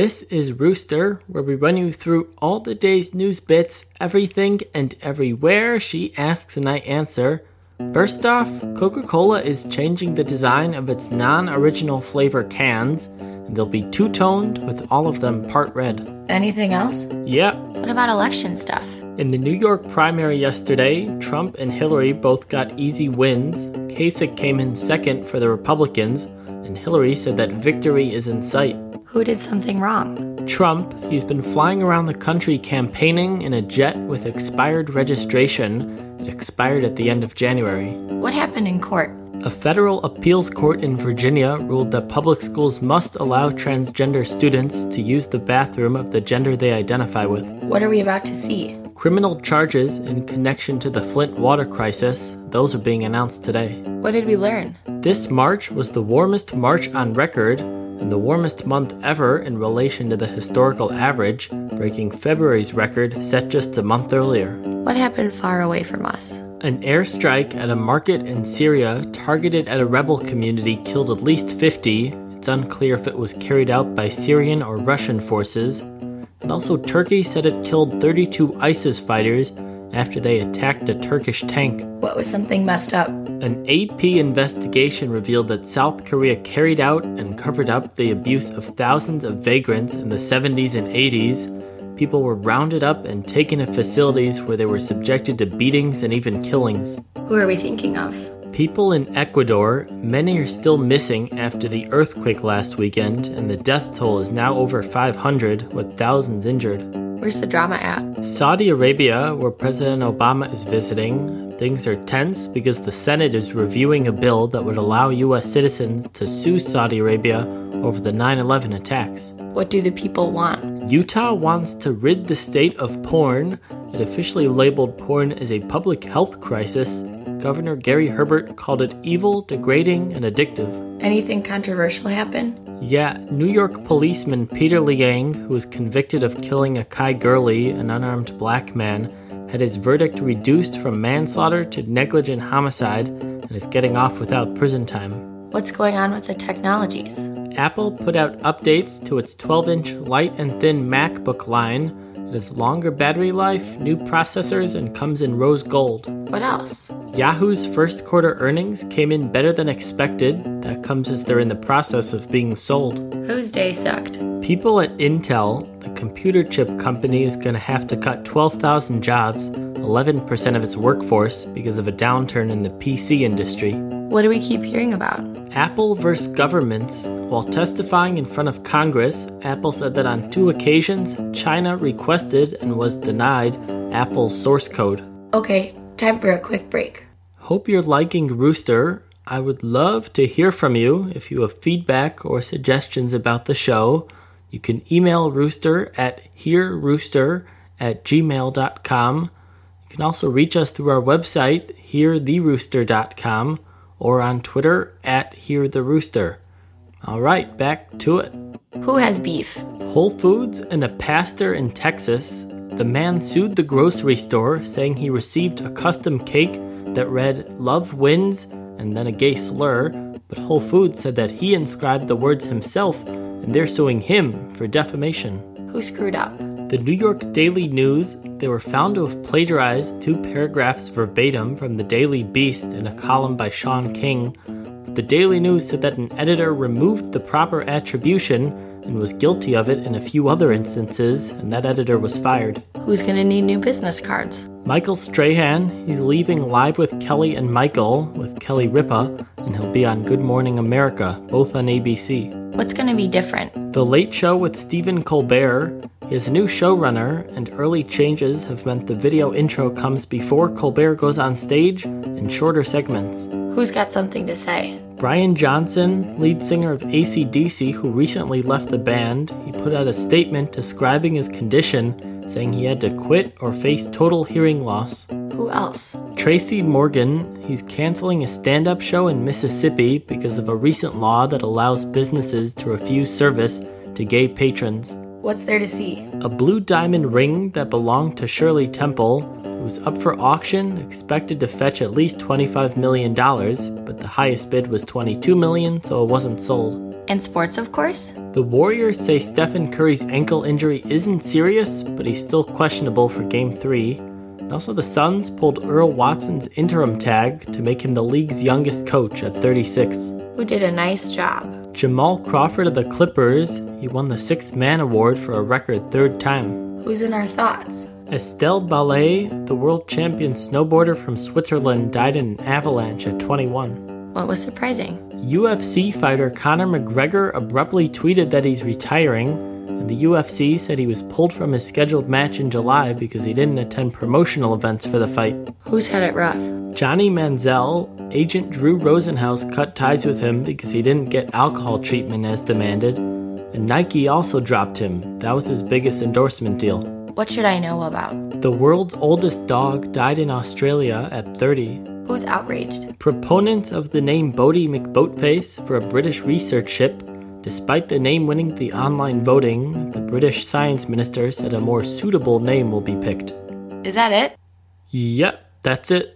This is Rooster, where we run you through all the day's news bits, everything and everywhere she asks and I answer. First off, Coca Cola is changing the design of its non original flavor cans, and they'll be two toned with all of them part red. Anything else? Yep. What about election stuff? In the New York primary yesterday, Trump and Hillary both got easy wins. Kasich came in second for the Republicans, and Hillary said that victory is in sight. Who did something wrong? Trump, he's been flying around the country campaigning in a jet with expired registration. It expired at the end of January. What happened in court? A federal appeals court in Virginia ruled that public schools must allow transgender students to use the bathroom of the gender they identify with. What are we about to see? Criminal charges in connection to the Flint water crisis, those are being announced today. What did we learn? This March was the warmest March on record and the warmest month ever in relation to the historical average, breaking February's record set just a month earlier. What happened far away from us? An airstrike at a market in Syria targeted at a rebel community killed at least 50. It's unclear if it was carried out by Syrian or Russian forces. And also, Turkey said it killed 32 ISIS fighters after they attacked a Turkish tank. What was something messed up? An AP investigation revealed that South Korea carried out and covered up the abuse of thousands of vagrants in the 70s and 80s. People were rounded up and taken to facilities where they were subjected to beatings and even killings. Who are we thinking of? People in Ecuador, many are still missing after the earthquake last weekend, and the death toll is now over 500, with thousands injured. Where's the drama at? Saudi Arabia, where President Obama is visiting, things are tense because the Senate is reviewing a bill that would allow U.S. citizens to sue Saudi Arabia over the 9 11 attacks. What do the people want? Utah wants to rid the state of porn. It officially labeled porn as a public health crisis. Governor Gary Herbert called it evil, degrading, and addictive. Anything controversial happen? Yeah, New York policeman Peter Liang, who was convicted of killing Akai Gurley, an unarmed black man, had his verdict reduced from manslaughter to negligent homicide and is getting off without prison time. What's going on with the technologies? Apple put out updates to its 12 inch light and thin MacBook line. It has longer battery life, new processors, and comes in rose gold. What else? Yahoo's first quarter earnings came in better than expected. That comes as they're in the process of being sold. Whose day sucked? People at Intel, the computer chip company, is going to have to cut 12,000 jobs, 11% of its workforce, because of a downturn in the PC industry. What do we keep hearing about? Apple versus governments. While testifying in front of Congress, Apple said that on two occasions, China requested and was denied Apple's source code. Okay, time for a quick break. Hope you're liking Rooster. I would love to hear from you if you have feedback or suggestions about the show. You can email rooster at hearrooster at gmail.com. You can also reach us through our website, heartherooster.com, or on Twitter at heartherooster. All right, back to it. Who has beef? Whole Foods and a pastor in Texas, the man sued the grocery store saying he received a custom cake that read Love Wins and then a gay slur, but Whole Foods said that he inscribed the words himself and they're suing him for defamation. Who screwed up? The New York Daily News, they were found to have plagiarized two paragraphs verbatim from the Daily Beast in a column by Sean King. The Daily News said that an editor removed the proper attribution and was guilty of it in a few other instances, and that editor was fired. Who's gonna need new business cards? Michael Strahan, he's leaving Live with Kelly and Michael with Kelly Ripa, and he'll be on Good Morning America, both on ABC. What's gonna be different? The Late Show with Stephen Colbert, his new showrunner, and early changes have meant the video intro comes before Colbert goes on stage in shorter segments. Who's got something to say? Brian Johnson, lead singer of AC/DC, who recently left the band, he put out a statement describing his condition, saying he had to quit or face total hearing loss. Who else? Tracy Morgan, he's canceling a stand up show in Mississippi because of a recent law that allows businesses to refuse service to gay patrons. What's there to see? A blue diamond ring that belonged to Shirley Temple it was up for auction, expected to fetch at least $25 million, but the highest bid was $22 million, so it wasn't sold. And sports, of course. The Warriors say Stephen Curry's ankle injury isn't serious, but he's still questionable for Game 3. And also, the Suns pulled Earl Watson's interim tag to make him the league's youngest coach at 36. Who did a nice job. Jamal Crawford of the Clippers, he won the Sixth Man Award for a record third time. Who's in our thoughts? Estelle Ballet, the world champion snowboarder from Switzerland, died in an avalanche at 21. What was surprising? UFC fighter Conor McGregor abruptly tweeted that he's retiring, and the UFC said he was pulled from his scheduled match in July because he didn't attend promotional events for the fight. Who's had it rough? Johnny Manziel, agent Drew Rosenhaus cut ties with him because he didn't get alcohol treatment as demanded, and Nike also dropped him. That was his biggest endorsement deal. What should I know about? The world's oldest dog died in Australia at 30. Who's outraged? Proponents of the name Bodie McBoatface for a British research ship, despite the name winning the online voting, the British science minister said a more suitable name will be picked. Is that it? Yep, that's it.